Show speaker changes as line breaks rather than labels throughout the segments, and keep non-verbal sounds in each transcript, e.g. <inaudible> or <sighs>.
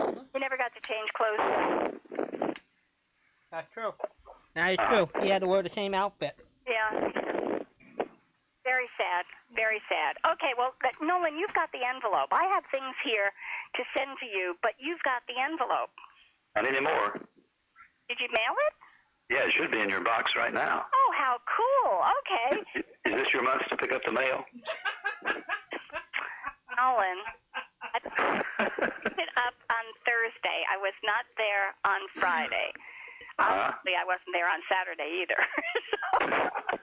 forgot to change clothes.
That's true.
That
Ah.
is true. He had to wear the same outfit.
Yeah. Very sad. Very sad. Okay, well, but Nolan, you've got the envelope. I have things here to send to you, but you've got the envelope.
Not anymore.
Did you mail it?
Yeah, it should be in your box right now.
Oh, how cool. Okay.
Is this your month to pick up the mail?
Nolan, I picked it up on Thursday. I was not there on Friday.
Uh-huh.
Obviously, I wasn't there on Saturday either. So, <laughs>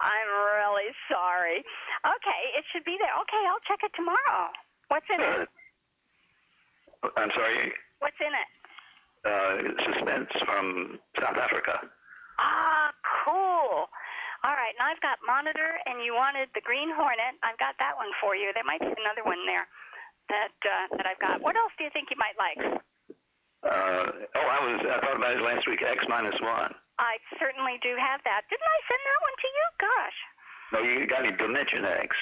I'm really sorry. Okay, it should be there. Okay, I'll check it tomorrow. What's in
Uh,
it?
<laughs> I'm sorry,
What's in it?
uh, suspense from South Africa.
Ah, cool. All right, now I've got Monitor, and you wanted the Green Hornet. I've got that one for you. There might be another one there that uh, that I've got. What else do you think you might like?
Uh, oh, I was I thought about it last week. X minus one.
I certainly do have that. Didn't I send that one to you? Gosh.
No, you got any Dimension X?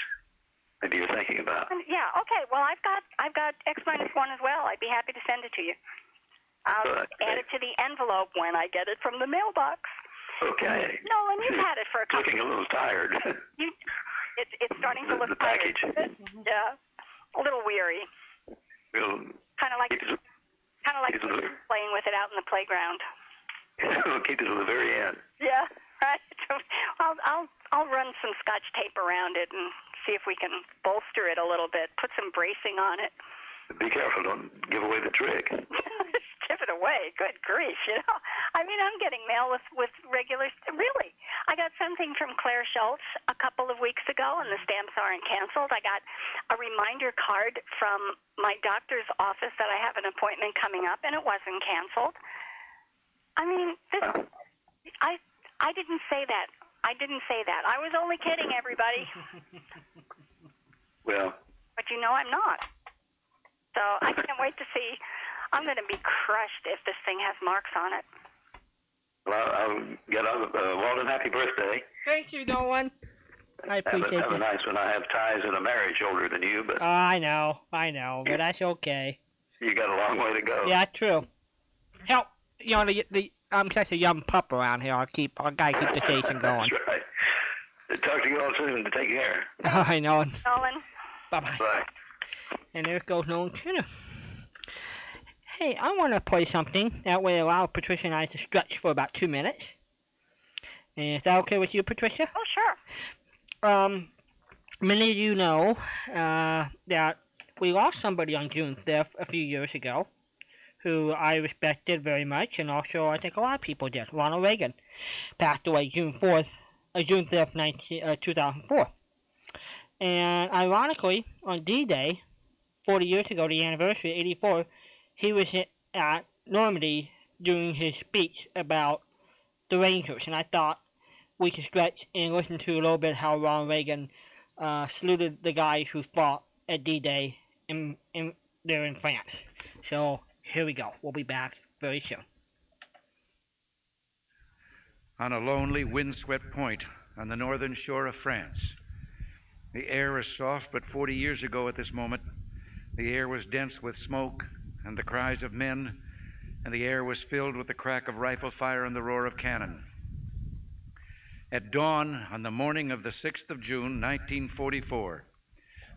Maybe you're thinking about.
And- Yeah. Okay. Well, I've got I've got X minus one as well. I'd be happy to send it to you. I'll
Good.
add it to the envelope when I get it from the mailbox.
Okay.
Nolan, you've had it for a couple.
Looking a little tired. <laughs>
You, it, it's starting to
The-
look
the package.
tired. Yeah. A little weary.
We'll
Kind of like
keep it,
kind of like
keep it,
playing with it out in the playground.
<laughs> we'll keep it to the very end.
Yeah. Right. <laughs> So I'll I'll I'll run some scotch tape around it and see if we can bolster it a little bit. Put some bracing on it.
Be careful, don't give away the
<laughs>
trick.
give it away. Good grief, you know. I mean, I'm getting mail with with regular. Really, I got something from Claire Schultz a couple of weeks ago, and the stamps aren't canceled. I got a reminder card from my doctor's office that I have an appointment coming up, and it wasn't canceled. I mean, this. I I didn't say that. I didn't say that. I was only kidding, everybody.
Well,
But you know I'm not. So I can't wait to see. I'm going to be crushed if this thing has marks on it.
well I'll get out of uh, Walden. Happy birthday.
Thank you, Nolan. I
Have
appreciate
a, have a
you. Oh,
nice one. I have ties in a marriage older than you, but
I know, I know, but that's okay.
you got a long way to go.
Yeah, true. Help, you know the, the I'm such a young pup around here. I keep I gotta keep the
<laughs>
station going. <laughs>
That's right. Talk to you all soon. Take care.
All right, Nolan.
Nolan,
Bye bye.
Bye.
And there goes Nolan Turner. Hey, I want to play something that would allow Patricia and I to stretch for about two minutes. And is that okay with you, Patricia?
oh sure.
Um, many of you know uh, that we lost somebody on June 5th a few years ago who I respected very much, and also I think a lot of people did. Ronald Reagan passed away June 4th, uh, June 5th, 19, uh, 2004. And ironically, on D-Day, 40 years ago, the anniversary, 84, he was i- at Normandy doing his speech about the Rangers, and I thought we could stretch and listen to a little bit how Ronald Reagan uh, saluted the guys who fought at D-Day in, in there in France. So here we go. We'll be back very soon.
on a lonely, windswept point on the northern shore of France. The air is soft, but 40 years ago at this moment, the air was dense with smoke and the cries of men, and the air was filled with the crack of rifle fire and the roar of cannon. At dawn on the morning of the 6th of June, 1944,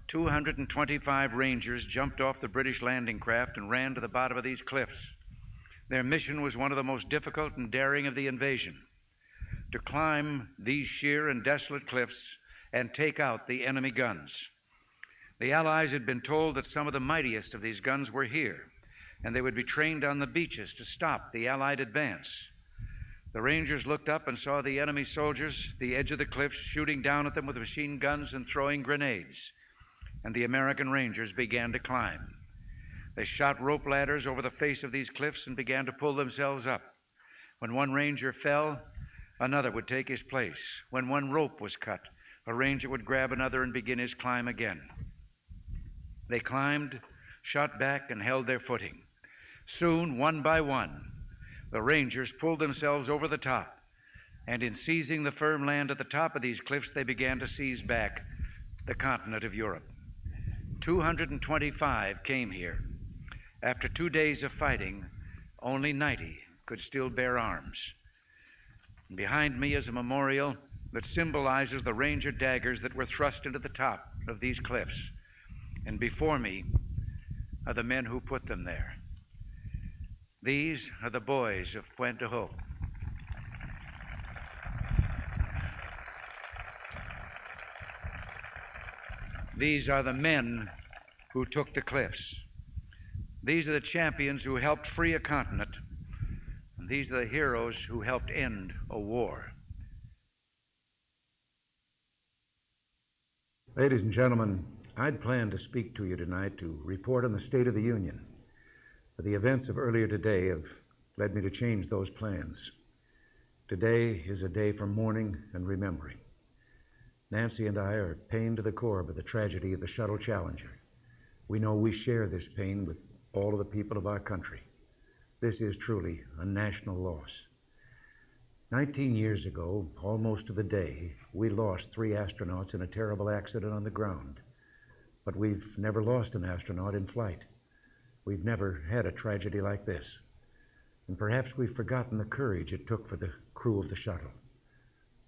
225 Rangers jumped off the British landing craft and ran to the bottom of these cliffs. Their mission was one of the most difficult and daring of the invasion to climb these sheer and desolate cliffs and take out the enemy guns. The Allies had been told that some of the mightiest of these guns were here, and they would be trained on the beaches to stop the Allied advance. The Rangers looked up and saw the enemy soldiers, the edge of the cliffs, shooting down at them with machine guns and throwing grenades, and the American Rangers began to climb. They shot rope ladders over the face of these cliffs and began to pull themselves up. When one Ranger fell, another would take his place. When one rope was cut, a ranger would grab another and begin his climb again. They climbed, shot back, and held their footing. Soon, one by one, the rangers pulled themselves over the top, and in seizing the firm land at the top of these cliffs, they began to seize back the continent of Europe. 225 came here,
After two days of fighting, only 90 could still bear arms. And behind me is a memorial that symbolizes the ranger daggers that were thrust into the top of these cliffs. And before me are the men who put them there. These are the boys of Puente Hope. These are the men who took the cliffs. These are the champions who helped free a continent. And these are the heroes who helped end a war.
Ladies and gentlemen, I'd planned to speak to you tonight to report on the State of the Union, but the events of earlier today have led me to change those plans. Today is a day for mourning and remembering. Nancy and I are pained to the core by the tragedy of the Shuttle Challenger. We know we share this pain with all of the people of our country. This is truly a national loss. Nineteen years ago, almost to the day, we lost three astronauts in a terrible accident on the ground. But we've never lost an astronaut in flight. We've never had a tragedy like this. And perhaps we've forgotten the courage it took for the crew of the shuttle.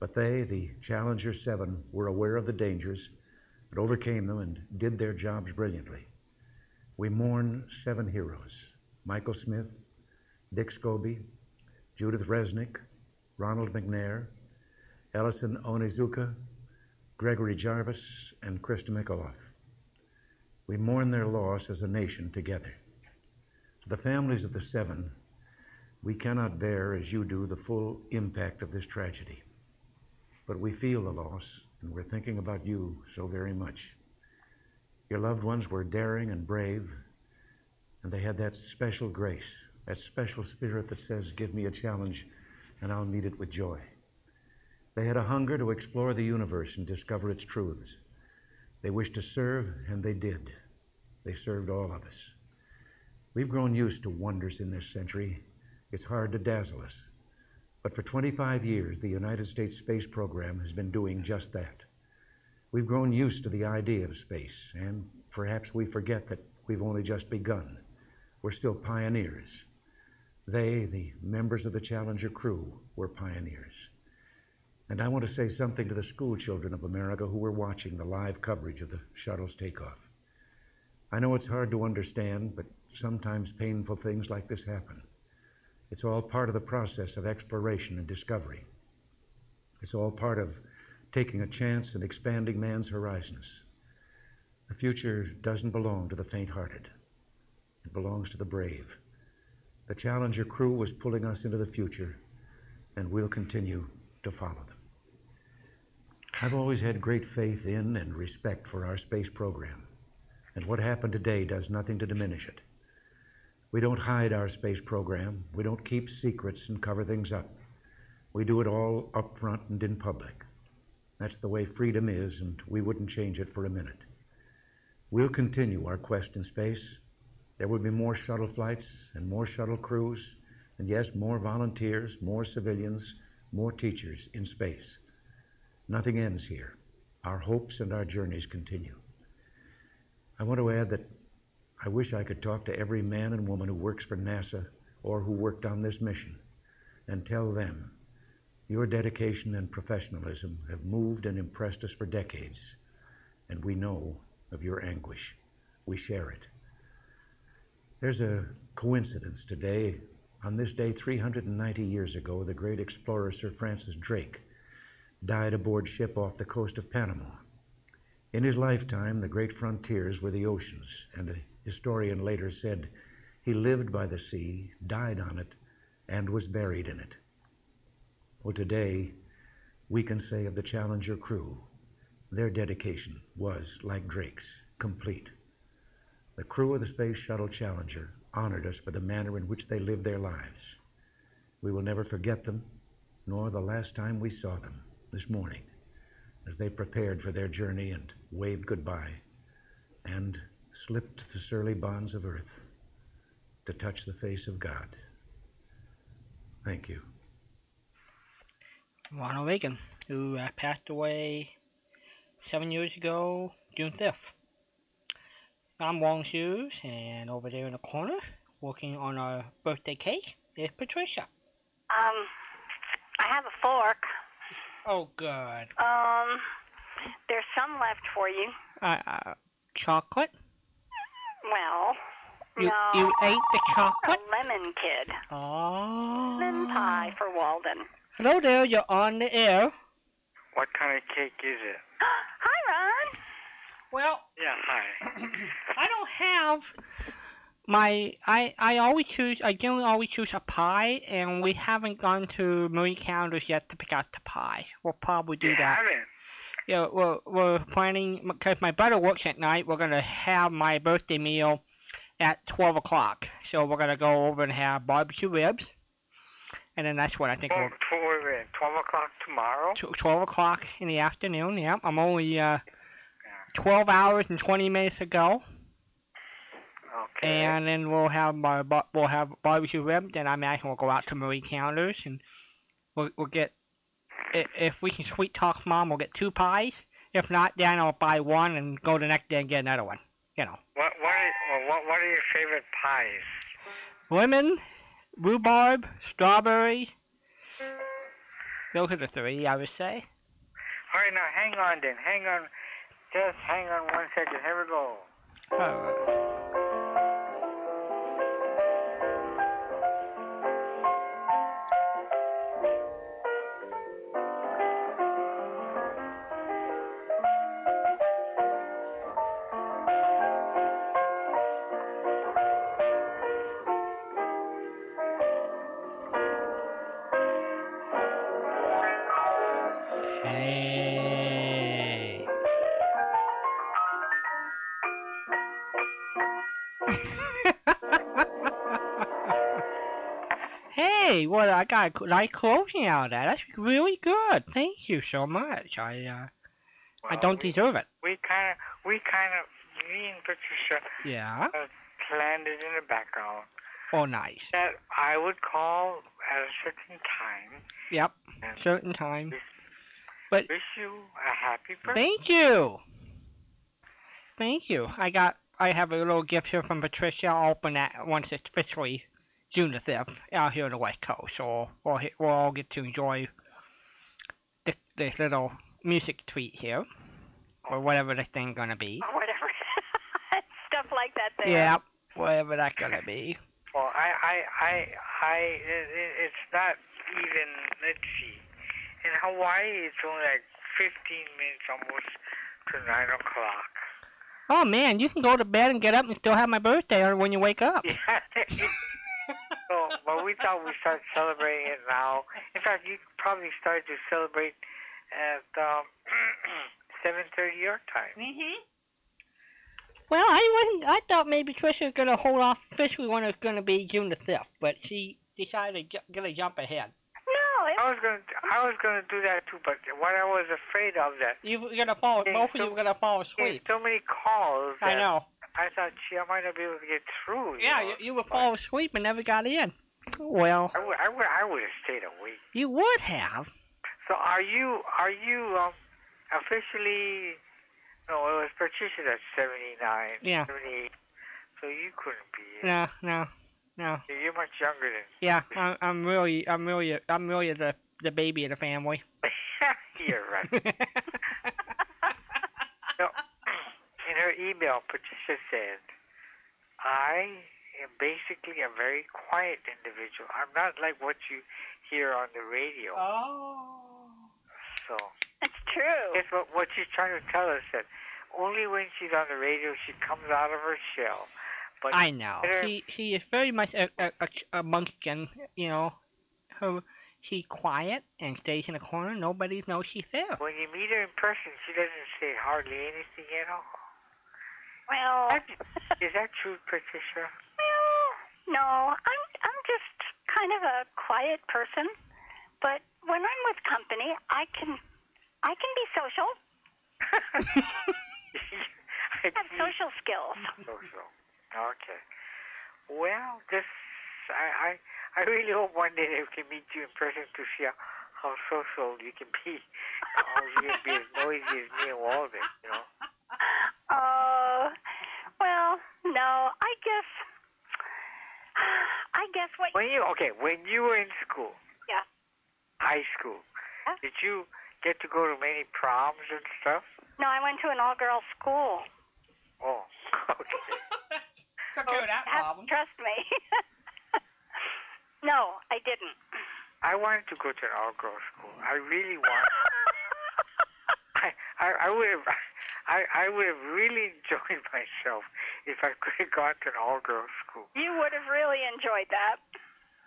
But they, the Challenger 7, were aware of the dangers and overcame them and did their jobs brilliantly. We mourn seven heroes Michael Smith, Dick Scobie, Judith Resnick, Ronald McNair, Ellison Onizuka, Gregory Jarvis, and Krista Mikaloff. We mourn their loss as a nation together. The families of the seven, we cannot bear as you do the full impact of this tragedy. But we feel the loss, and we're thinking about you so very much. Your loved ones were daring and brave, and they had that special grace, that special spirit that says, Give me a challenge, and I'll meet it with joy. They had a hunger to explore the universe and discover its truths. They wished to serve, and they did. They served all of us. We've grown used to wonders in this century. It's hard to dazzle us. But for 25 years, the United States space program has been doing just that. We've grown used to the idea of space, and perhaps we forget that we've only just begun. We're still pioneers. They, the members of the Challenger crew, were pioneers. And I want to say something to the school children of America who were watching the live coverage of the shuttle's takeoff. I know it's hard to understand, but sometimes painful things like this happen. It's all part of the process of exploration and discovery. It's all part of taking a chance and expanding man's horizons. The future doesn't belong to the faint hearted, it belongs to the brave. The Challenger crew was pulling us into the future, and we'll continue to follow them. I've always had great faith in and respect for our space program, and what happened today does nothing to diminish it. We don't hide our space program. We don't keep secrets and cover things up. We do it all up front and in public. That's the way freedom is, and we wouldn't change it for a minute. We'll continue our quest in space. There will be more shuttle flights and more shuttle crews, and yes, more volunteers, more civilians, more teachers in space. Nothing ends here. Our hopes and our journeys continue. I want to add that I wish I could talk to every man and woman who works for NASA or who worked on this mission and tell them your dedication and professionalism have moved and impressed us for decades, and we know of your anguish. We share it. There's a coincidence today. On this day, 390 years ago, the great explorer Sir Francis Drake died aboard ship off the coast of Panama. In his lifetime, the great frontiers were the oceans, and a historian later said he lived by the sea, died on it, and was buried in it. Well, today, we can say of the Challenger crew, their dedication was, like Drake's, complete. The crew of the Space Shuttle Challenger honored us by the manner in which they lived their lives. We will never forget them, nor the last time we saw them this morning as they prepared for their journey and waved goodbye and slipped the surly bonds of earth to touch the face of God. Thank you.
Ronald Reagan, who uh, passed away seven years ago, June 5th. I'm Long Shoes, and over there in the corner, working on our birthday cake, is Patricia.
Um, I have a fork.
Oh, good.
Um, there's some left for you.
Uh, uh, chocolate?
Well,
You,
no.
you ate the
a
chocolate?
lemon kid.
Oh.
Lemon pie for Walden. <gasps>
Hello there, you're on the air.
What kind of cake is it?
Hi, Ron.
Well,
Yeah, hi.
I don't have my I I always choose I generally always choose a pie and we haven't gone to Marine Calendars yet to pick out the pie. We'll probably do
you
that.
haven't.
Yeah, we're, we're planning because my brother works at night. We're gonna have my birthday meal at 12 o'clock. So we're gonna go over and have barbecue ribs, and then that's what I think.
Twelve,
We'll,
twelve, uh, 12 o'clock tomorrow?
tw- 12 o'clock in the afternoon. Yeah, I'm only uh, 12 hours and 20 minutes ago.
Okay.
and then we'll have my bar- we'll have barbecue rib. Then I imagine we'll go out to Marie Calendars and we'll, we'll get i- if we can sweet talk mom, we'll get two pies. If not, then I'll buy one and go the next day and get another one.
what, what, are, well, what, what are your favorite pies?
Lemon, rhubarb, strawberry. Those are the three I would say.
All right, now hang on then. Hang on. Just hang on one second. Here we go.
Uh, hey. <laughs> hey, well, I got a co- nice closing out of that. That's really good. Thank you so much. I uh, I
Well,
don't
we,
deserve it.
We kind of, we kind of, me and Patricia
Yeah.
planned it in the background
Oh, nice.
that I would call at a certain time.
Yep.
And
Certain time.
wish you a happy birthday.
Thank you. Thank you. I got. I have a little gift here from Patricia. I'll open that once it's officially June the fifth out here on the West Coast. So we'll, he- we'll all get to enjoy this, this little music treat here, or whatever this thing's gonna be.
Or whatever. <laughs> Stuff like that there.
Yeah, whatever that's gonna be.
Well, I, I, I, I, it, it- it's not even, let's see. In Hawaii, it's only like 15 minutes almost to 9 o'clock. <laughs>
Oh man, you can go to bed and get up and still have my birthday or when you wake up.
Yeah. so, but we thought we'd start celebrating it now. In fact, you could probably start to celebrate at um, <clears throat> 7.30 your time.
Mm-hmm.
Well, I wasn't. I thought maybe Trisha was gonna hold off officially when it was gonna be June the fifth, but she decided to ju- get a jump ahead.
No, it,
I was gonna, I was gonna do that too, but what I was afraid of that
You were gonna fall.
Okay,
both of
so-
you were gonna fall
there's
asleep.
so many calls.
I
that
know.
I thought, gee, I might not be able to get through. you
Yeah,
know.
you, you would fall asleep and never got in. Well,
I would, I would, I would have stayed awake.
you would have.
So are you are you um, officially? No, it was Patricia that's 79.
Yeah.
78. So you couldn't be.
No, no, no.
You're you're much younger than <laughs>
Yeah, I'm, I'm really, I'm really, I'm really the the baby of the family.
you're right. In her email, Patricia said, "I am basically a very quiet individual. I'm not like what you hear on the radio."
<laughs> Uh, oh.
So
it's true.
guess what? What she's trying to tell us that only when she's on the radio she comes out of her shell. But
I know.
Better-
She she is very much a a, a, a munchkin, you know. Her she's quiet and stays in a corner. Nobody knows she's
<laughs>
there.
When you meet her in person, she doesn't say hardly anything at all.
Well,
That, is that true, Patricia?
well, no, I'm I'm just kind of a quiet person, but when I'm with company, I can I can be social.
I
I have
<laughs> think
social skills.
so, so. Okay. Well, this I, I I really hope one day they can meet you in person to see how, how social you can be. How
<laughs>
you can be as noisy as me and Walden, you know.
Oh, well, here's what
When you okay, when you were in school.
Yeah.
High school.
Yeah.
Did you get to go to many proms and stuff?
No, I went to an all-girls school.
Oh, <laughs> okay.
Took
Oh,
care of that
Have-
problem.
Trust me. <laughs> no, I didn't. <laughs>
I wanted to go to an all-girls school. I really want. I I, I would have. <laughs> I, I would have really <laughs> enjoyed myself if I could have gone to an all-girls school.
you would have really enjoyed that.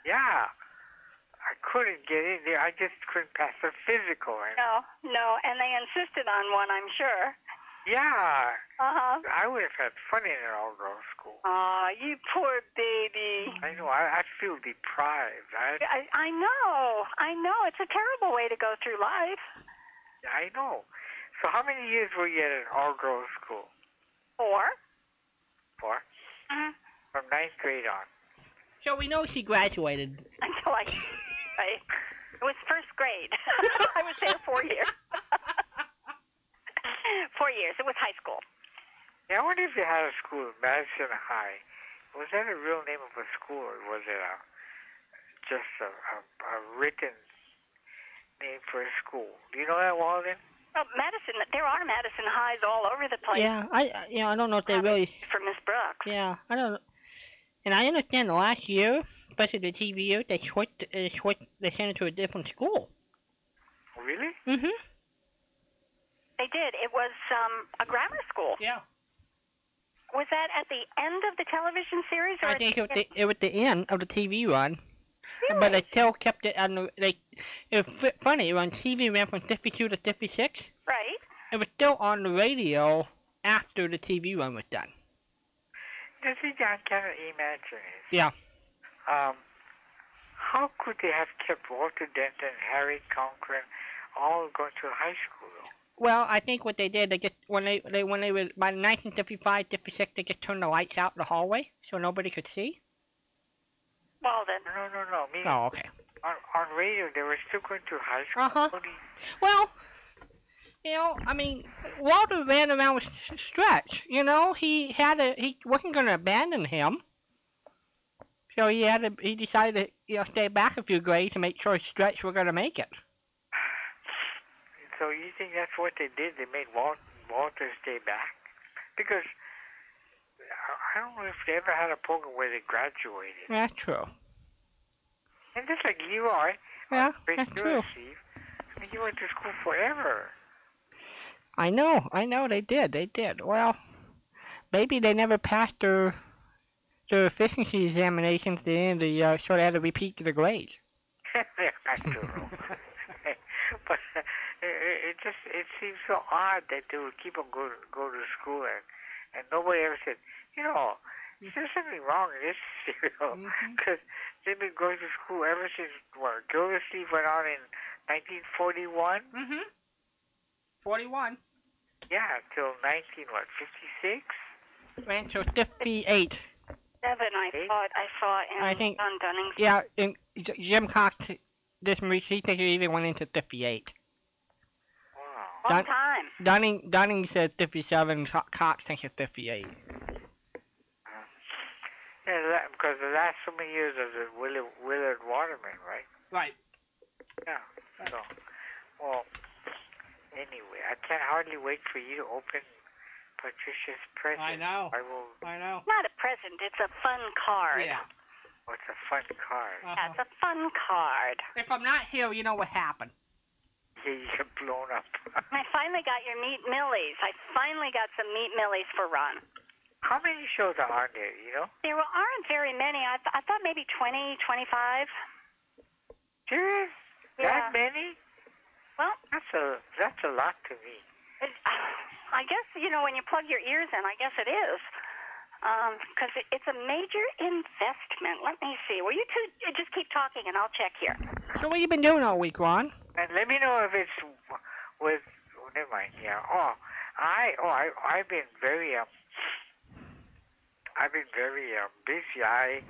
Yeah. I couldn't get in there. I just couldn't pass the physical. And
No, no, and they insisted on one, I'm sure.
yeah,
Uh huh.
I would have had fun in an all-girls school.
Aw, you poor baby.
I know. I, I feel deprived. I
I, I know, I know. It's a terrible way to go through life.
I know. So how many years were you at an all-girls school
Or,
for?
Mhm.
From ninth grade on.
So we know she
<laughs>
graduated.
<laughs> until I, I, it was first grade. <laughs> I was there four years. four years. It was high school.
Yeah, I wonder if they had a school, Madison High. Was that a real name of a school, or was it a just a, a, a written name for a school? Do you know that, Walden?
Well, Madison, Oh, there are Madison Highs all over the place.
Yeah, I I- you know I don't know if they
Probably
really.
For Miss Brooks.
Yeah, I don't. And I understand the last year, especially the TV year, they switched, uh, switched, they sent it to a different school.
Really?
Mm-hmm.
They did. It was um, a grammar school.
Yeah.
Was that at the end of the television series? Or
I
at
think
the
it was, the, it was the end of the TV run,
Really?
but they still kept it on the, like, it was f- funny, when TV ran from 52 to 56,
right?
it was still on the radio after the TV run was done.
The thing I cannot imagine is.
Yeah.
Um, how could they have kept Walter Denton, Harry Conklin, all going to high school? Though?
Well, I think what they did, they just, when they, they when they were, by 1955, 56, they just turned the lights out in the hallway so nobody could see.
Well, then.
No, no, no. I mean,
Oh, okay.
on, on radio, they were still going to high school.
Uh-huh.
Only-
Well, you know, I mean, Walter ran around with S- Stretch. You know, he had a he wasn't going to abandon him, so he had a, he decided to you know stay back a few grades to make sure Stretch were going to make it.
So you think that's what they did? They made Walt, Walter stay back? Because I- I don't know if they ever had a program where they graduated.
That's true.
And just like Leroy,
Yeah,
great
that's
hero,
true.
Steve, I mean, he went to school forever.
I know, I know, they did, they did. Well, maybe they never passed their their efficiency examinations at the end of the year, so they had to repeat the grades.
I don't know. but uh, it, it just it seems so odd that they would keep on go to, go to school and and nobody ever said, you know, there's something wrong in this <laughs> cereal
Mhm.
because they've been going to school ever since what Gildersleeve went on in 1941.
Mm-hmm. 41.
Yeah, till 19 what 56.
Ran to 58.
Seven, I
Okay.
thought I saw in
I think-
John Dunning's.
Yeah, and J- Jim Cox, this week, he thinks it even went into 58.
Wow.
Long
Dun-
time.
Dunning Dunning said 57, Co- Cox thinks it's 58.
Yeah, that, because the last so many years of the Willard, Willard Waterman, right?
Right.
So, well, anyway, I can hardly wait for you to open Patricia's present.
I know.
I will.
I know.
Not a present. It's a fun card.
Yeah.
Oh, it's a fun card. <laughs>
Yeah,
Uh-huh.
it's a fun card.
If I'm not here, you know what happened.
Yeah, you get blown up. <laughs>
And I finally got your meat millies. I finally got some meat millies for Ron.
How many shows are on there? You know?
There were- aren't very many. I, th- I thought maybe 20, 25.
Serious?
Yeah.
That many?
Well-
that's a that's a lot to me.
It, <sighs> I guess, you know, when you plug your ears in, I guess it is. Because it, it's a major investment. Let me see. Well, you two uh, just keep talking and I'll check here.
So what you been doing all week, Ron?
And let me know if it's w- with. Oh, never mind. Yeah. Oh, I oh I I've been very um. I've been very um, busy. I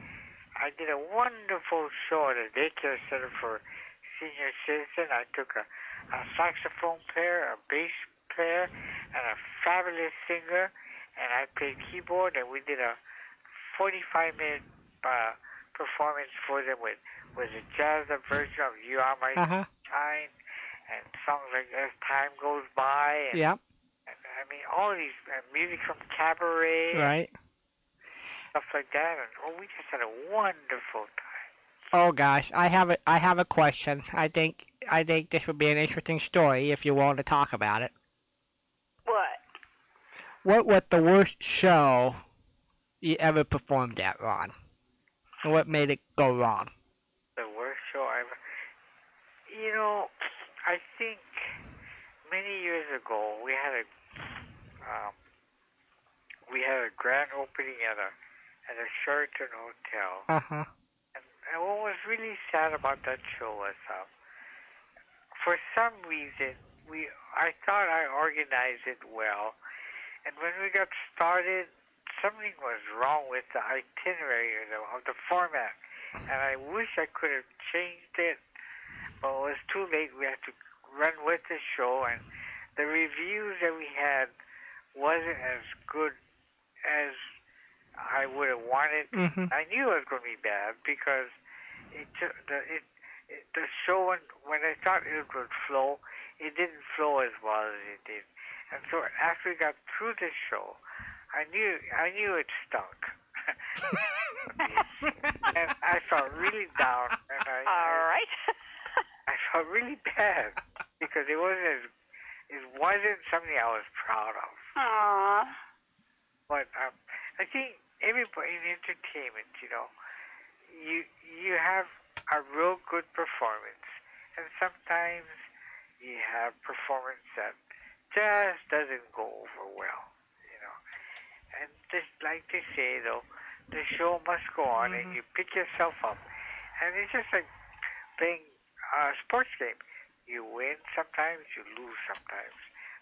I did a wonderful show at a daycare center for senior citizen. I took a, a saxophone player, a bass player, and a fabulous singer, and I played keyboard. And we did a 45 minute uh, performance for them with with a jazz version of "You Are My
Uh huh.
Sunshine" and songs like "As Time Goes By." And,
Yeah.
and, I mean, all these uh, music from cabaret and
Right.
stuff like that. And oh, we just had a wonderful time.
Oh gosh, I have a I have a question. I think I think this would be an interesting story if you want to talk about it.
What? <laughs>
What was the worst show you ever performed at, Ron? And what made it go wrong?
The worst show I ever. You know, I think many years ago we had a um, we had a grand opening at a at a Sheraton hotel.
Uh huh.
And, and what was really sad about that show was, um, for some reason, we I thought I organized it well, and when we got started, something was wrong with the itinerary or the, of the format, and I wish I could have changed it, but it was too late. We had to run with the show, and the reviews that we had wasn't as good as I would have wanted
Mhm.
I knew it was going to be bad because it ju- the it, it the show when when I thought it would flow, it didn't flow as well as it did, and so after we got through the show, I knew I knew it stunk, <laughs> and I felt really down, and I
<laughs> All
I,
right.
I felt really bad because it wasn't as, it wasn't something I was proud of.
Aw.
But um, I think everybody in entertainment, you know, you you have a real good performance, and sometimes you have performance that just doesn't go over well, you know. And just like they say though, the show must go on, and you pick yourself up. And it's just like playing a sports game. You win sometimes, you lose sometimes,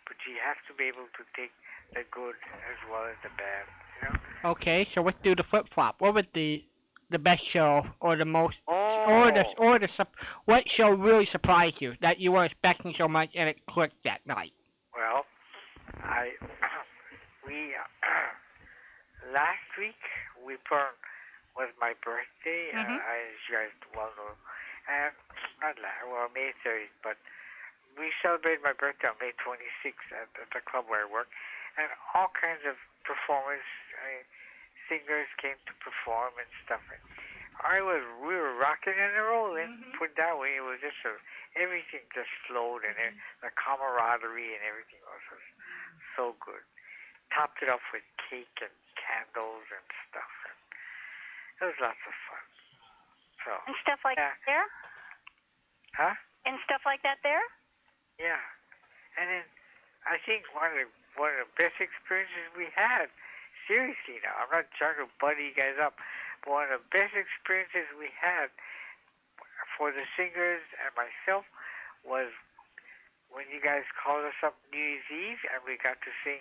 but you have to be able to take the good as well as the bad. You know?
Okay, so let's do the flip flop. What was the the best show or the most
Oh,
or the or the sup- what show really surprised you that you weren't expecting so much and it clicked that night?
well, I <clears throat> we <clears throat> last week we put was my birthday, and
Mhm.
I, as you guys well know, and not last, well May 30th, but we celebrated my birthday on May 26th at, at the club where I work, and all kinds of performers, I, singers came to perform and stuff. And I was we were rocking and rolling.
Mhm.
Put it that way, it was just a, everything just flowed, and it, the camaraderie and everything was just so good. Topped it off with cake and candles and stuff. And it was lots of fun. So
And stuff like
Yeah.
there?
Huh?
And stuff like that there?
yeah, and then I think one of the, one of the best experiences we had. Seriously, now I'm not trying to buddy you guys up, but one of the best experiences we had for the singers and myself was when you guys called us up New Year's Eve and we got to sing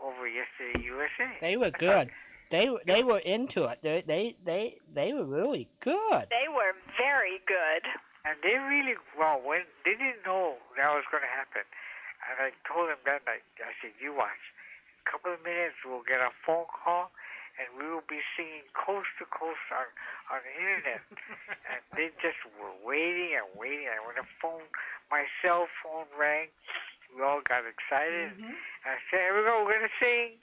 over yesterday USA.
They were good. They they were into it. They they they, they were really good.
They were very good.
And they really, well, when they didn't know that was going to happen. And I told them that night, I said, you watch. In a couple of minutes, we'll get a phone call, and we will be singing coast to coast on, on the internet. and they just were waiting and waiting. And when the phone, my cell phone rang, we all got excited. And I said, here we go, we're going to sing.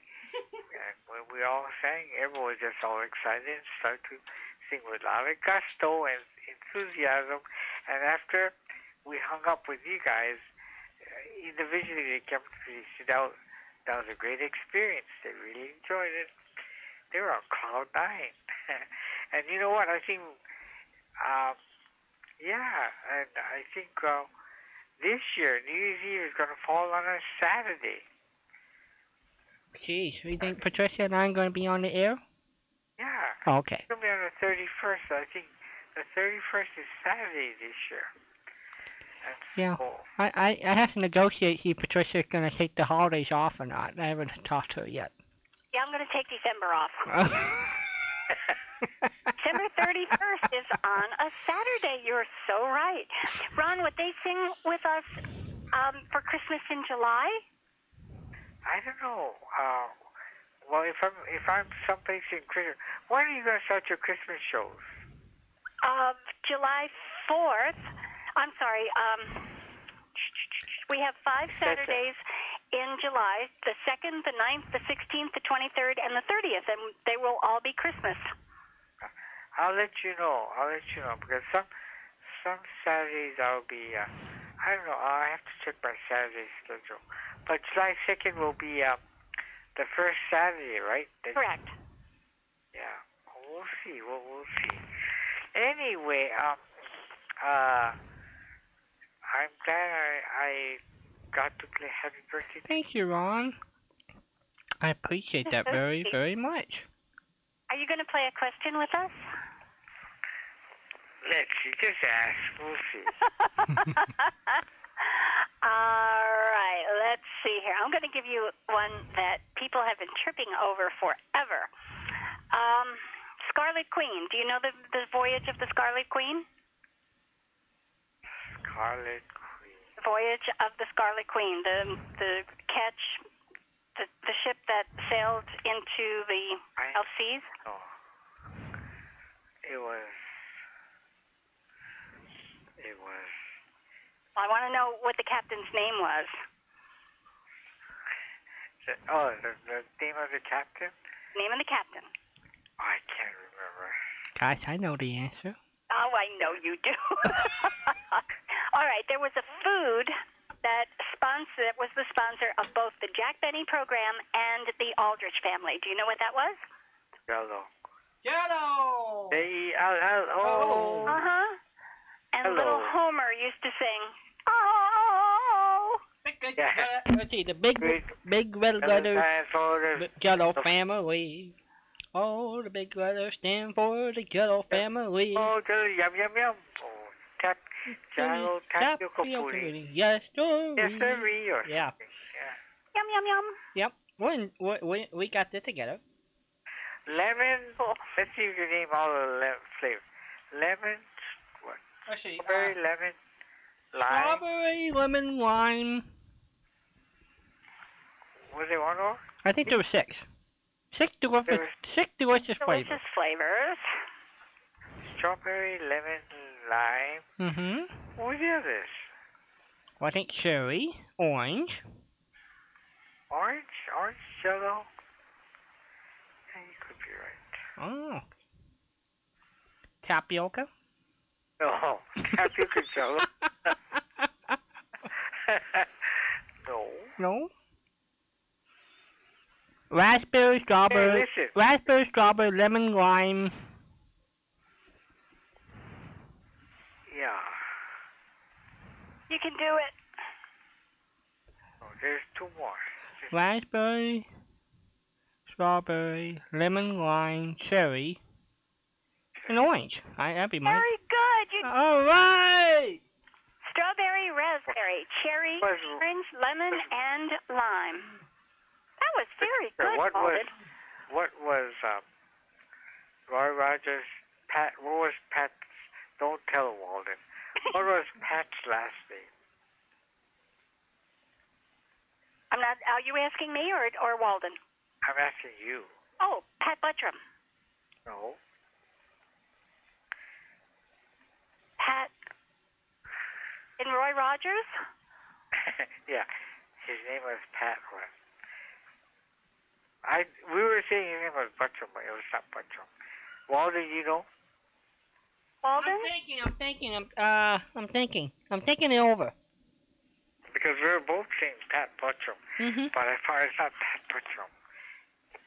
and when we all sang, everyone was just all excited and started to sing with a lot of gusto and enthusiasm. And after we hung up with you guys, uh, individually they kept they said that was, that was a great experience. They really enjoyed it. They were on cloud nine. <laughs> and you know what? I think, um, yeah, and I think uh, this year New Year's Eve is going to fall on a Saturday.
Jeez, you think Patricia and I are going to be on the air? Oh,
Yeah,
Okay.
it's going to be on the 31st. I think the 31st is Saturday this year. And
Yeah.
so-
I, I, I have to negotiate see if Patricia's going to take the holidays off or not. I haven't talked to her yet. <laughs>
Yeah, I'm going to take December <laughs> off. December 31st is on a Saturday. You're so right. Ron, would they sing with us um, for Christmas in July?
I don't know. Uh, well, if I'm if I'm someplace in Christmas, when are you gonna start your Christmas shows?
of um, July 4th, I'm sorry, um, we have five
That's it.
Saturdays in July the 2nd, the 9th, the 16th, the 23rd, and the 30th, and they will all be Christmas.
I'll let you know. I'll let you know because some some Saturdays I'll be. Uh, I don't know. I have to check my Saturday schedule. But July second will be uh, the first Saturday, right? That-
Correct.
Yeah. We'll see. We'll, we'll see. Anyway, um, uh, I'm glad I, I got to play Happy Birthday.
Thank you, Ron. I appreciate that
<laughs>
very, very much.
Are you going to play a question with us?
Let's see. Just ask. We'll see.
All right, let's see here. I'm going to give you one that people have been tripping over forever. Um, Scarlet Queen. Do you know the, the voyage of the Scarlet Queen?
Scarlet Queen.
The voyage of the Scarlet Queen. The the catch, the, the ship that sailed into the
I
Elf Seas.
know. It was. It was.
I want to know what the captain's name was.
The, oh, the, the name of the captain?
Name of the captain.
Oh, I can't remember.
Gosh, I know the answer.
Oh, I know you do. <laughs> All right, there was a food that sponsor that was the sponsor of both the Jack Benny program and the Aldrich family. Do you know what that was?
Yellow.
Yellow.
They. I'll, I'll, oh.
Uh huh. And
Hello.
little Homer used to sing, "Oh,
Big-
Yeah.
uh, Let's see, the big,
Great.
big red
Another
letters
time for the
The Jello family. Oh, the big letters stand for the Jello family.
Oh, the yum yum yum. Oh, tap, gyro,
Tap
tapioca
the
pudding.
pudding. Yes, sir.
Yes, sir, or
Yeah.
something, yeah.
yum yum yum."
When, we, we, we got this together.
Lemon. Let's see if you can name all the le- flavors. Lemon,
Let's see.
berry,
Uh,
lemon, lime.
Strawberry, lemon, lime.
Was there one more?
I think there were six. Six delicious,
There were-
six delicious flavors.
Delicious flavors.
Strawberry, lemon, lime.
Mm-hmm.
What was the others?
Well, I think cherry, orange.
Orange, orange, yellow. Yeah, you could be right.
Oh. Tapioca.
<laughs> No, tapioca jello. <laughs> no.
<laughs> no. Raspberry,
Hey,
strawberry,
listen.
raspberry, strawberry, lemon, lime.
Yeah.
You can do it.
No, Oh, there's two more.
raspberry, strawberry, lemon, lime, cherry, and orange. I that'd be
Mm-hmm.
mine.
Very good. You
Uh.
All right.
strawberry, raspberry, cherry,
Was-
orange, lemon, and lime. That was very
Now,
good,
what was
Alden.
what was um, Roy Rogers? Pat, what was Pat's? Don't tell Walden. What was Pat's last name?
I'm not. Are you asking me or or Walden?
I'm asking you.
Oh, Pat Buttram.
No.
Pat. And Roy Rogers.
<laughs> yeah, his name was Pat. What? I we were saying his name was Butchum, but it was not Butchum. Walden, you know?
Walden.
I'm thinking. I'm thinking. I'm uh. I'm thinking. I'm thinking it over.
Because we were both saying Pat Butchum,
Mm-hmm.
but I found it's not Pat Butchum.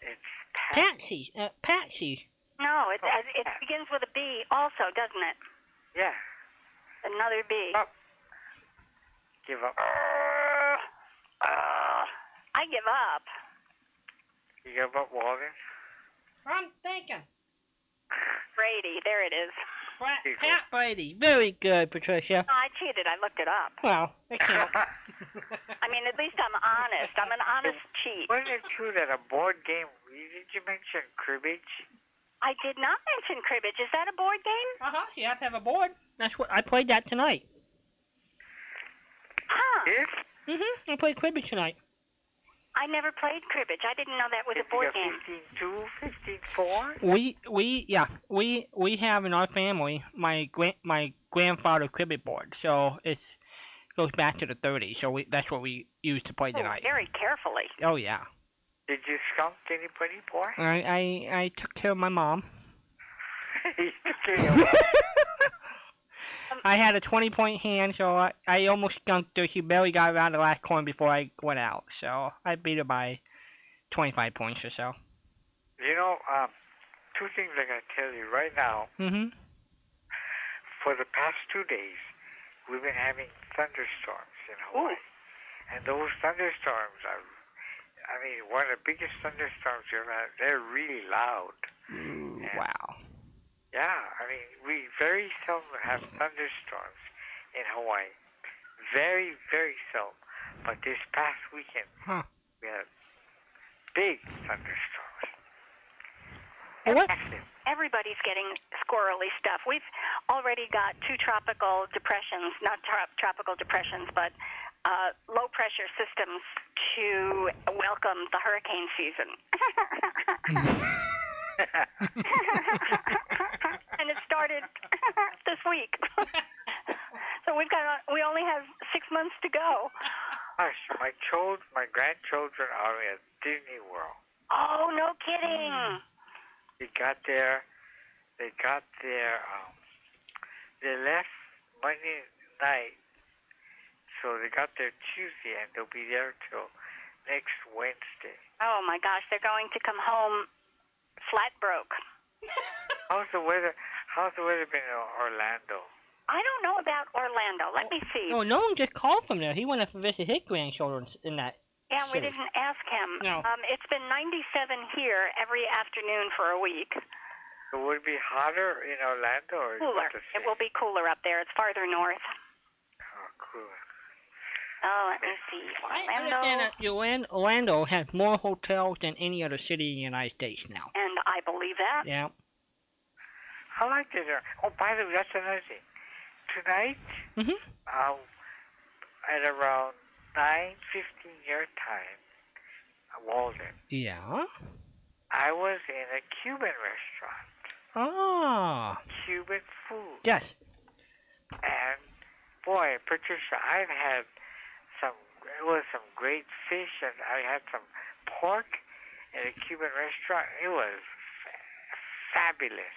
It's Pat.
Patsy. Uh, Patsy.
No, it,
Oh,
uh, it
Pat.
begins with a B, also, doesn't it?
Yeah.
Another B.
Oh. Give up.
Uh, uh, I give up.
You give up, Walden.
I'm thinking.
Brady. There it is.
Pat,
Here you go.
Pat Brady. Very good, Patricia.
No, I cheated. I looked it up.
Well, it <laughs>
<laughs>
can't.
I mean, at least I'm honest. I'm an honest cheat.
Wasn't it true that a board game? Did you mention cribbage?
I did not mention cribbage. Is that a board game?
Uh-huh,
huh. You have to have a board.
That's what I played that tonight.
Huh.
Yes.
Mm-hmm. I played cribbage tonight.
I never played cribbage. I didn't know that was a board game.
15-2, 15-4.
We we yeah we we have in our family my grand my grandfather cribbage board, so it's goes back to the 30s. So we that's what we used to play
Oh,
tonight.
very carefully.
Oh yeah,
Did you skunk anybody, boy? <laughs>
I I, I took care of my mom.
You took care of-
I had a 20 point hand, so I, I almost skunked her. She barely got around the last coin before I went out, so I beat her by 25 points or so.
you know, um, two things I gotta tell you right now.
hmm
For the past two days, we've been having thunderstorms in Hawaii, and those thunderstorms are. I mean, one of the biggest thunderstorms you've ever had. They're really loud.
Wow.
Yeah, I mean, we very seldom have thunderstorms in Hawaii. Very, very seldom. But this past weekend,
Huh.
we had big thunderstorms.
What?
Massive.
Everybody's getting squirrely stuff. We've already got two tropical depressions, not trop tropical depressions, but uh, low pressure systems to welcome the hurricane season. <laughs>
Mm-hmm.
<laughs> and it started this week. <laughs> so we've got uh, we only have 6 months to go.
Gosh, my child, my grandchildren are at Disney World.
Oh, no kidding.
They got there. They got there. Um, they left Monday night, so they got there Tuesday, and they'll be there till next Wednesday.
Oh my gosh, they're going to come home flat broke.
How's the weather? How's the weather been in Orlando?
I don't know about Orlando. Let me see.
Oh, No, no one just called from there. He went up to visit his grandchildren in that.
yeah, we
sorry.
didn't ask him.
No.
Um, it's been 97 here every afternoon for a week.
It would it be hotter in Orlando, or is
Cooler.
it the
It
same?
will be cooler up there. It's farther north.
Oh, cooler.
Oh, let me see.
I understand
Orlando.
that Orlan- Orlando has more hotels than any other city in the United States now.
And I believe that.
Yeah.
I like it there. Oh, by the way, that's another thing. Tonight,
Mhm.
um, at around 9:15 your time, Walden,
Yeah.
I was in a Cuban restaurant,
Ah.
Cuban food,
Yes.
and boy, Patricia, I've had some. It was some great fish, and I had some pork in a Cuban restaurant. It was fa- fabulous.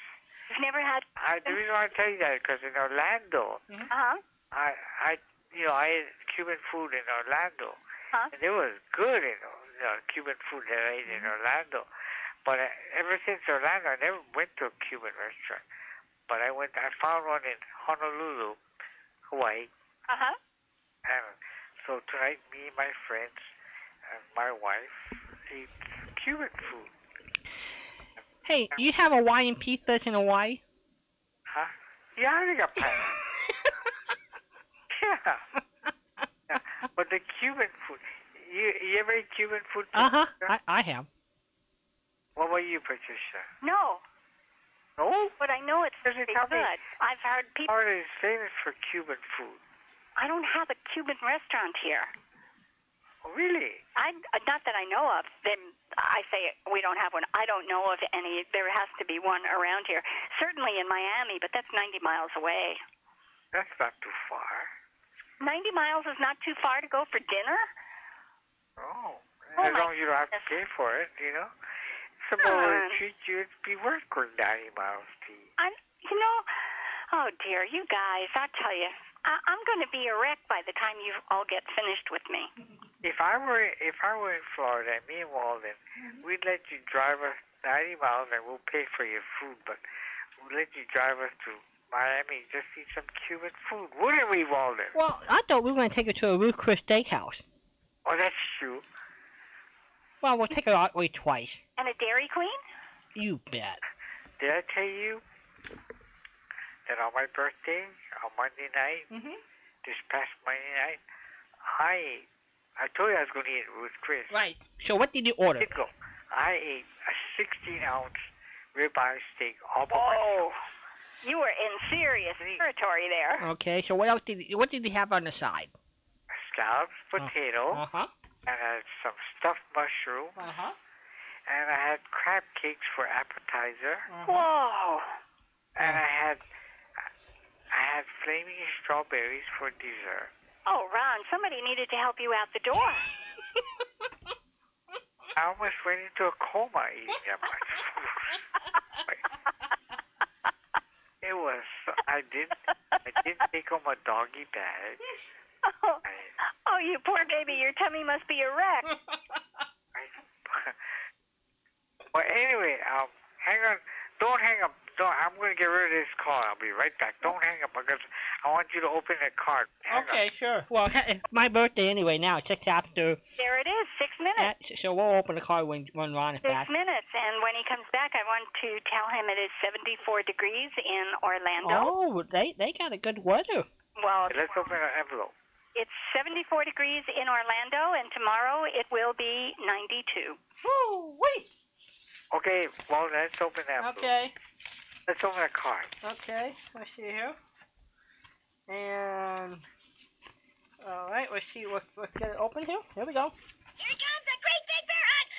You've never had.
I the reason why I tell you that because in Orlando,
Uh huh.
I, I, you know, I ate Cuban food in Orlando,
Huh?
and it was good, you know, you know, Cuban food that I ate in Orlando. But I, ever since Orlando, I never went to a Cuban restaurant. But I went, I found one in Honolulu, Hawaii,
Uh huh.
and so tonight, me and my friends and my wife eat Cuban food.
Hey, you have Hawaiian pizzas
<laughs>
in Hawaii?
Huh? Yeah, I got pineapple. yeah. yeah. But the Cuban food. You, you ever eat Cuban food?
Uh huh.
Patricia?
I, I have.
What about you, Patricia?
No,
No?
but I know it's
Does it
very
have any-
good. I've heard people.
Florida is famous for Cuban food.
I don't have a Cuban restaurant here.
Oh, really?
I not that I know of. Then I say we don't have one. I don't know of any. There has to be one around here. Certainly in Miami, but that's 90 miles away.
That's not too far.
90 miles is not too far to go for dinner.
Oh.
Oh,
as
my
long as you don't have to pay
goodness.
for it, you know? Someone
Come
will
on.
treat you. It'd be worth going 90 miles to eat.
I, you know, oh dear, you guys. I tell you, I, I'm going to be a wreck by the time you all get finished with me.
If I were if I were in Florida, me and Walden,
Mm-hmm.
we'd let you drive us 90 miles and we'll pay for your food, but we'll let you drive us to Miami just eat some Cuban food, wouldn't we, Walden?
Well, I thought we were going to take her to a Ruth Chris steakhouse.
Oh, that's true.
Well, we'll take her out way twice.
And a Dairy Queen?
You bet.
Did I tell you that on my birthday, on Monday night,
Mhm.
this past Monday night, I I told you I was going to eat Ruth Chris.
Right. So what did you order?
Did go. I ate a 16 ounce ribeye steak all by
Oh.
myself.
You were in serious territory there.
Okay. So what else did you, what did you have on the side?
scallops, potato,
Uh-huh.
Uh huh.
and I had some stuffed mushroom,
Uh huh.
and I had crab cakes for appetizer,
Uh-huh.
Whoa.
and I had I had flaming strawberries for dessert.
Oh, Ron, somebody needed to help you out the door. <laughs>
I almost went into a coma eating that much
<laughs>
food. It was I did I did take home a doggy bag. <laughs>
oh,
I,
oh, you poor baby, your tummy must be a wreck.
well, anyway, um, hang on. Don't hang up. Don't, I'm going to get rid of this call. I'll be right back. Don't hang up because I want you to open the card. Hang on.
Okay, sure.
Well, <laughs> it's my birthday anyway now. It's just after
There it is, six minutes.
that, so we'll open the car when, when Ron is
Six
back.
minutes, and when he comes back, I want to tell him it is 74 degrees in Orlando.
Oh, they they got a good weather.
Well,
Let's open an envelope.
it's 74 degrees in Orlando, and tomorrow it will be 92.
Woo wee.
Okay, well, let's open the envelope.
Okay.
Let's open a card. <laughs>
Okay. Let's see here. And all right. Let's see. Let's, let's get it open here. Here we go. <laughs>
Here comes the great big bear
<laughs>
hunt!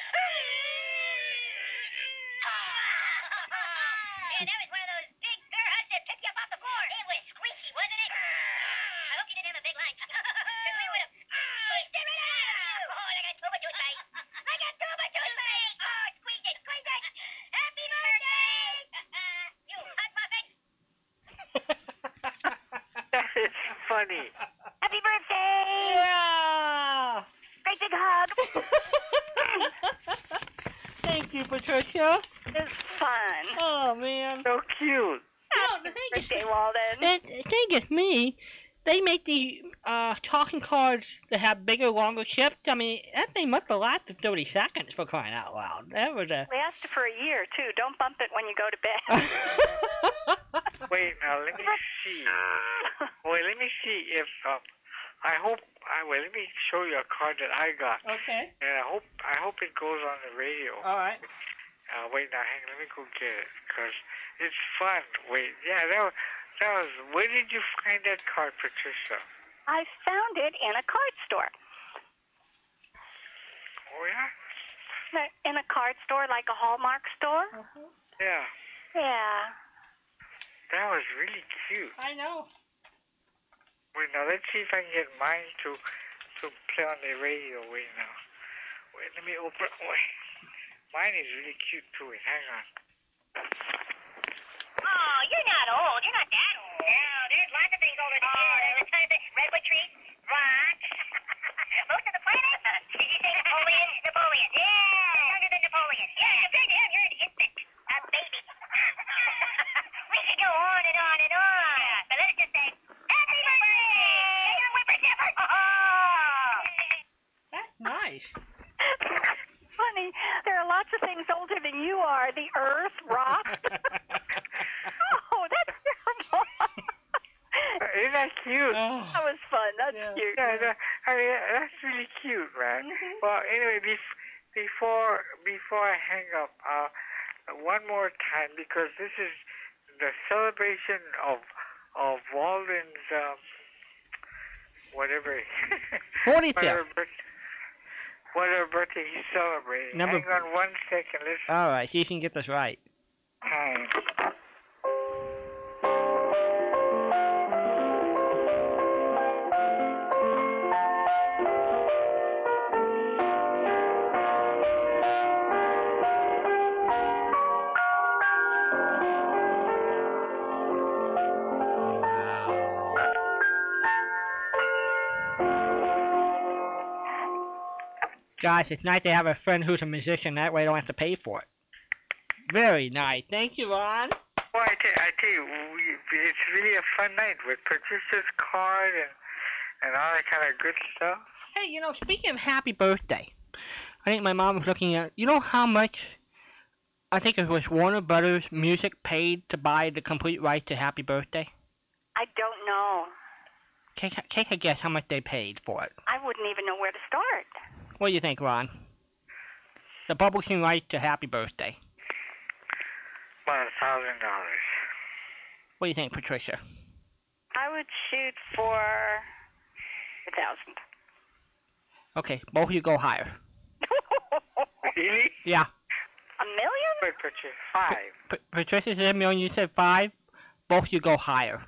Man, that was one of those big bear hugs that picked you up off the floor. It was squishy, wasn't it? I hope you didn't have a big lunch. <laughs> 'Cause we would have squeezed it right out of you. <laughs> Oh, like a tube of <laughs> toothpaste. Like a tube of <laughs> toothpaste. Oh, squeeze it, squeeze it. Happy birthday. <laughs> you hug muffin.
That is funny.
Happy birthday!
yeah.
Great big hug!
Thank you, Patricia.
It's fun.
Oh man.
So cute.
No, the
Happy
thing is-
birthday, Walden.
The the thing is, me, they make the uh, talking cards that have bigger, longer chips. I mean, that thing must have lasted 30 seconds for crying out loud. That was a.
Last for a year, too. Don't bump it when you go to <laughs> bed.
oh,
Wait, now let me see. Wait, let me see if. Um, I hope. I well, let me show you a card that I got,
<laughs> Okay.
and I hope I hope it goes on the radio.
All right.
Uh, wait, now hang. Let me go get it, cause it's fun. Wait, yeah, that was, that was. Where did you find that card, Patricia?
I found it in a card store.
Oh yeah.
In a card store, like a Hallmark store.
Yeah,
Yeah.
that was really cute.
I know.
Wait, now let's see if I can get mine to to play on the radio. Wait now. Wait, let me open. Wait, mine is really cute too. Wait, hang on.
Oh, you're not old. You're not that old. No, there's lots of things older than you. There's a ton of things. Redwood trees, rocks, <laughs> most of the planet. <laughs> Did you say Napoleon? Napoleon. Yeah. You're younger than Napoleon. Yeah, compared to him, you're an infant. A baby. <laughs> we could go on and on and on. Yeah. But let's just say, Happy birthday! Hey, young whippersnapper! Oh!
That's
<laughs>
nice.
Funny, there are lots of things older than you are. The earth,
<laughs>
rocks. oh, that's terrible.
Uh, Isn't that cute?
oh.
that was fun. That's
Yeah.
cute. Mm-hmm.
Yeah, that, I mean, that's really cute, man. Well, anyway, bef- before before I hang up, uh, one more time because this is the celebration of of Walden's um, whatever <laughs>
45th.
whatever, birth- whatever birthday he's celebrating.
Number Uh.
hang on one second. Let's
Alright, so you can get this right.
time.
Gosh, it's nice to have a friend who's a musician. That way I don't have to pay for it. Very nice. Thank you, Ron.
Well, I tell, I tell you, we, it's really a fun night with Patricia's card and and all that kind of good stuff.
Hey, you know, speaking of happy birthday, I think my mom was looking at. You know how much? I think it was Warner Brothers Music paid to buy the complete rights to Happy Birthday.
I don't know.
Take, take a guess how much they paid for it.
I wouldn't even know where to start.
What do you think, Ron? The publishing rights to Happy Birthday.
About a thousand dollars.
What do you think, Patricia?
I would shoot for a thousand.
Okay, both of you go higher.
Really?
Yeah.
<laughs> A million?
But Patricia, five.
P- Patricia said million, you said five. Both of you go higher.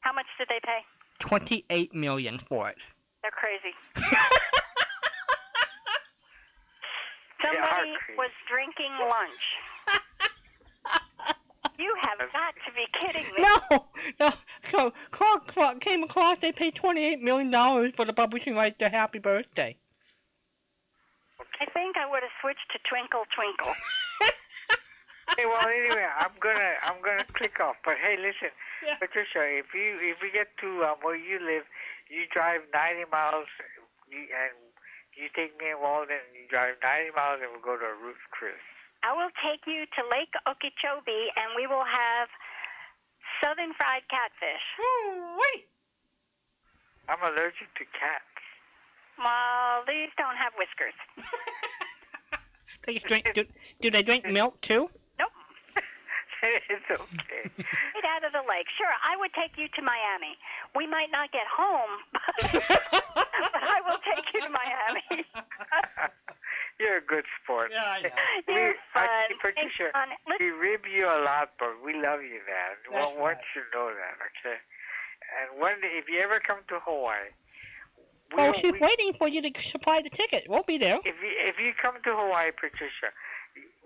How much did they pay?
28 million for it. <laughs>
They're crazy.
They are
Somebody
crazy.
was drinking lunch. You have got to be kidding me.
no, no. So Clark, Clark came across. They paid 28 million dollars for the publishing rights to Happy Birthday. <laughs>
I think I would have switched to Twinkle Twinkle.
Hey, well, anyway, I'm gonna I'm gonna click off. But hey, listen,
Yeah.
Patricia, if you if we get to um, where you live, you drive 90 miles, you, and you take me and Walden, and you drive 90 miles, and we'll go to a roof cruise.
I will take you to Lake Okeechobee and we will have southern fried catfish.
I'm allergic to cats. <laughs>
Well, these don't have whiskers.
They just drink. Do, do they drink milk too? <laughs>
it's okay. <laughs>
Right out of the lake. Sure, I would take you to Miami. We might not get home, <laughs> but, but <laughs> I will take you to Miami.
You're a good sport.
Yeah, I know.
You're
<laughs> We-
fun.
I-
Thanks,
Patricia,
Ron. Listen,
We rib you a lot, but we love you, man.
That's
Well, one
right.
should know that, okay? And one day, if you ever come to Hawaii, we,
Well,
we,
Oh, she's waiting for you to supply the ticket. We'll be there.
if you if you come to Hawaii, Patricia,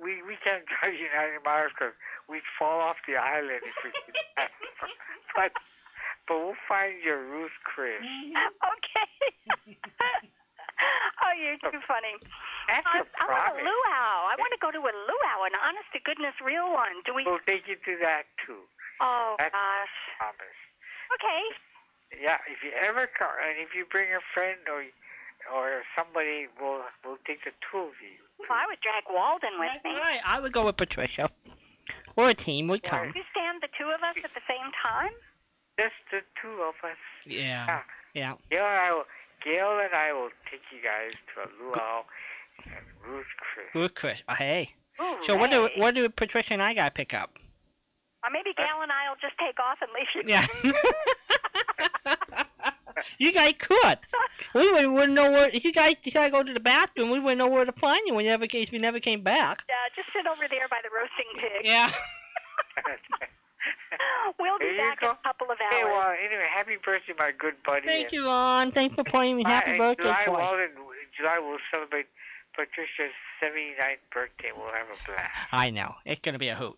we we can't <laughs> drive you 90 miles because we'd fall off the island if we did that. <laughs> but but we'll find your Ruth Chris.
<laughs> Okay. <laughs> oh, you're too
<laughs>
funny.
That's
I,
a
I want a
promise.
luau. I want to go to a luau, an honest to goodness real one. Do we?
We'll take you to that too.
Oh
That's-
gosh.
Promise.
Okay.
Yeah, if you ever come, and if you bring a friend or or somebody, we'll we'll take the two of you.
Well, I would drag Walden with
That's
me.
right. I would go with Patricia. We're a team. We come.
You stand the two of us at the same time?
Just the two of us.
Yeah. Yeah.
Gail and I will, Gail and I will take you guys to a luau and Ruth Chris. <laughs>
Good, Chris. Oh, hey. So what do
Hooray.
what do Patricia and I got to pick up?
Or maybe Gal and I'll just take off and leave you. <laughs>
Yeah. <laughs> you guys could. We wouldn't, wouldn't know where. If you guys decided to go to the bathroom, we wouldn't know where to find you. Whenever case we never
<laughs>
came back.
Yeah, Uh, just sit over there by the roasting pig.
Yeah.
<gasps> We'll
There
be
you
back in
go.
a couple of
hey,
hours.
well, anyway, happy birthday, my good buddy.
Thank you, Ron. Thanks for playing me.
Uh,
Happy
in
birthday,
July,
for us.
well, in in July we'll celebrate Patricia's 79th birthday. We'll have a blast.
I know. It's gonna be a hoot.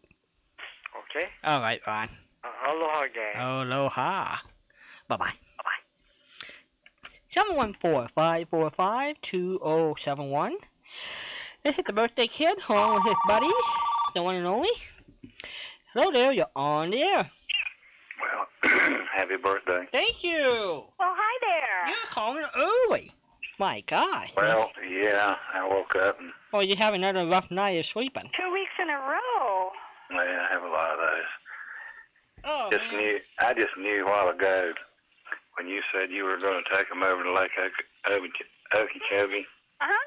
Okay?
All right, Ron.
Uh, aloha, gang.
Aloha. Bye bye. Seven one four five four five two zero seven one. This is the birthday kid along with his buddy, the one and only. Hello there, you're on the air.
Well, <clears throat> happy birthday.
Thank you.
Well, hi there.
You're calling early. My gosh.
Well, yeah, I woke up and
Well, you have another rough night of sleeping.
Two weeks in a row.
yeah, I have a lot of those.
Oh,
Just knew, I just knew a while ago when you said you were going to take them over to Lake Oke- Oke- Okeechobee
Uh-huh.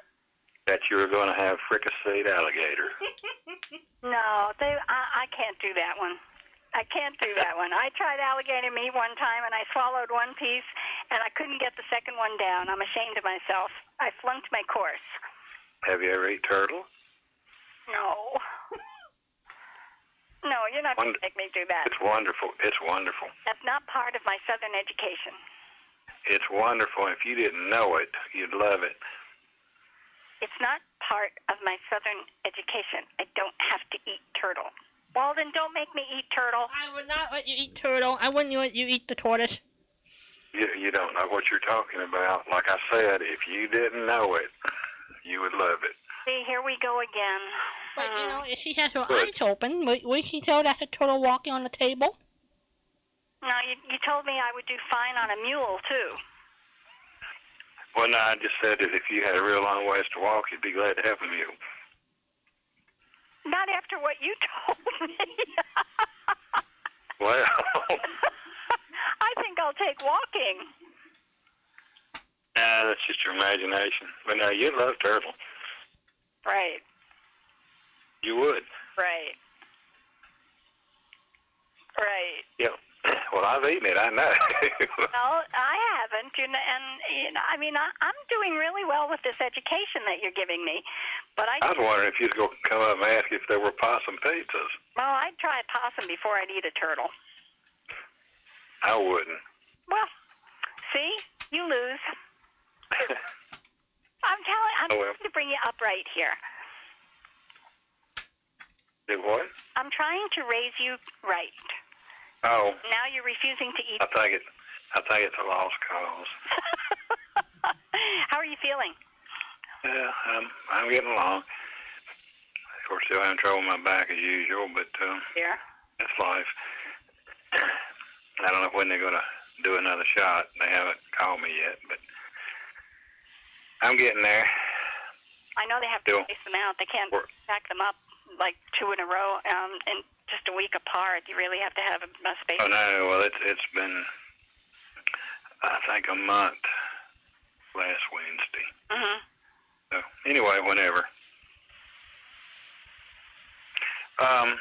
that you were going to have fricasseed alligator.
No, they. I, I can't do that one. I can't do that one. I tried alligator meat one time, and I swallowed one piece, and I couldn't get the second one down. I'm ashamed of myself. I flunked my course.
Have you ever eaten turtle?
No. <laughs> no, you're not going to make me do that.
It's wonderful. It's wonderful.
That's not part of my Southern education.
It's wonderful. If you didn't know it, you'd love it.
It's not part of my Southern education. I don't have to eat turtle. Walden, don't make me eat turtle.
I would not let you eat turtle. I wouldn't let you eat the tortoise.
You, you don't know what you're talking about. Like I said, if you didn't know it, you would love it.
See, here we go again. Hmm.
But
Uh.
you know, if she has her
Good.
eyes open, we, we can tell that's a turtle walking on the table.
No, you, you told me I would do fine on a mule, too.
Well, no, I just said that if you had a real long ways to walk, you'd be glad to have a meal.
Not after what you <laughs> told me.
<laughs>
<laughs>
Well, <laughs>
I think I'll take walking.
nah, that's just your imagination. But no, you'd love turtle.
Right,
You would.
right. Right.
<clears throat> Well, I've eaten it. I know. <laughs>
Well, I haven't. You know, and you know, I mean, I, I'm doing really well with this education that you're giving me, but I
I was wondering if you'd go come up and ask if there were possum pizzas.
well, I'd try a possum before I'd eat a turtle.
I wouldn't. <laughs>
Well, see, you lose. I'm telling. I'm
Oh, well.
trying to bring you up right here.
Do what?
I'm trying to raise you right.
Oh,
Now you're refusing to eat. <laughs>
I think it's I think it's a lost cause.
How are you feeling?
Yeah, I'm I'm getting along. Of course, still having trouble with my back as usual, but um,
Yeah.
that's life. I don't know when they're gonna do another shot. They haven't called me yet, but I'm getting there.
I know they have to
Bill.
space them out. They can't
Or-
pack them up like two in a row um, and just a week apart. You really have to have a, a space.
Oh no, well it's it's been I think a month last Wednesday.
hmm
So anyway, whenever. Um,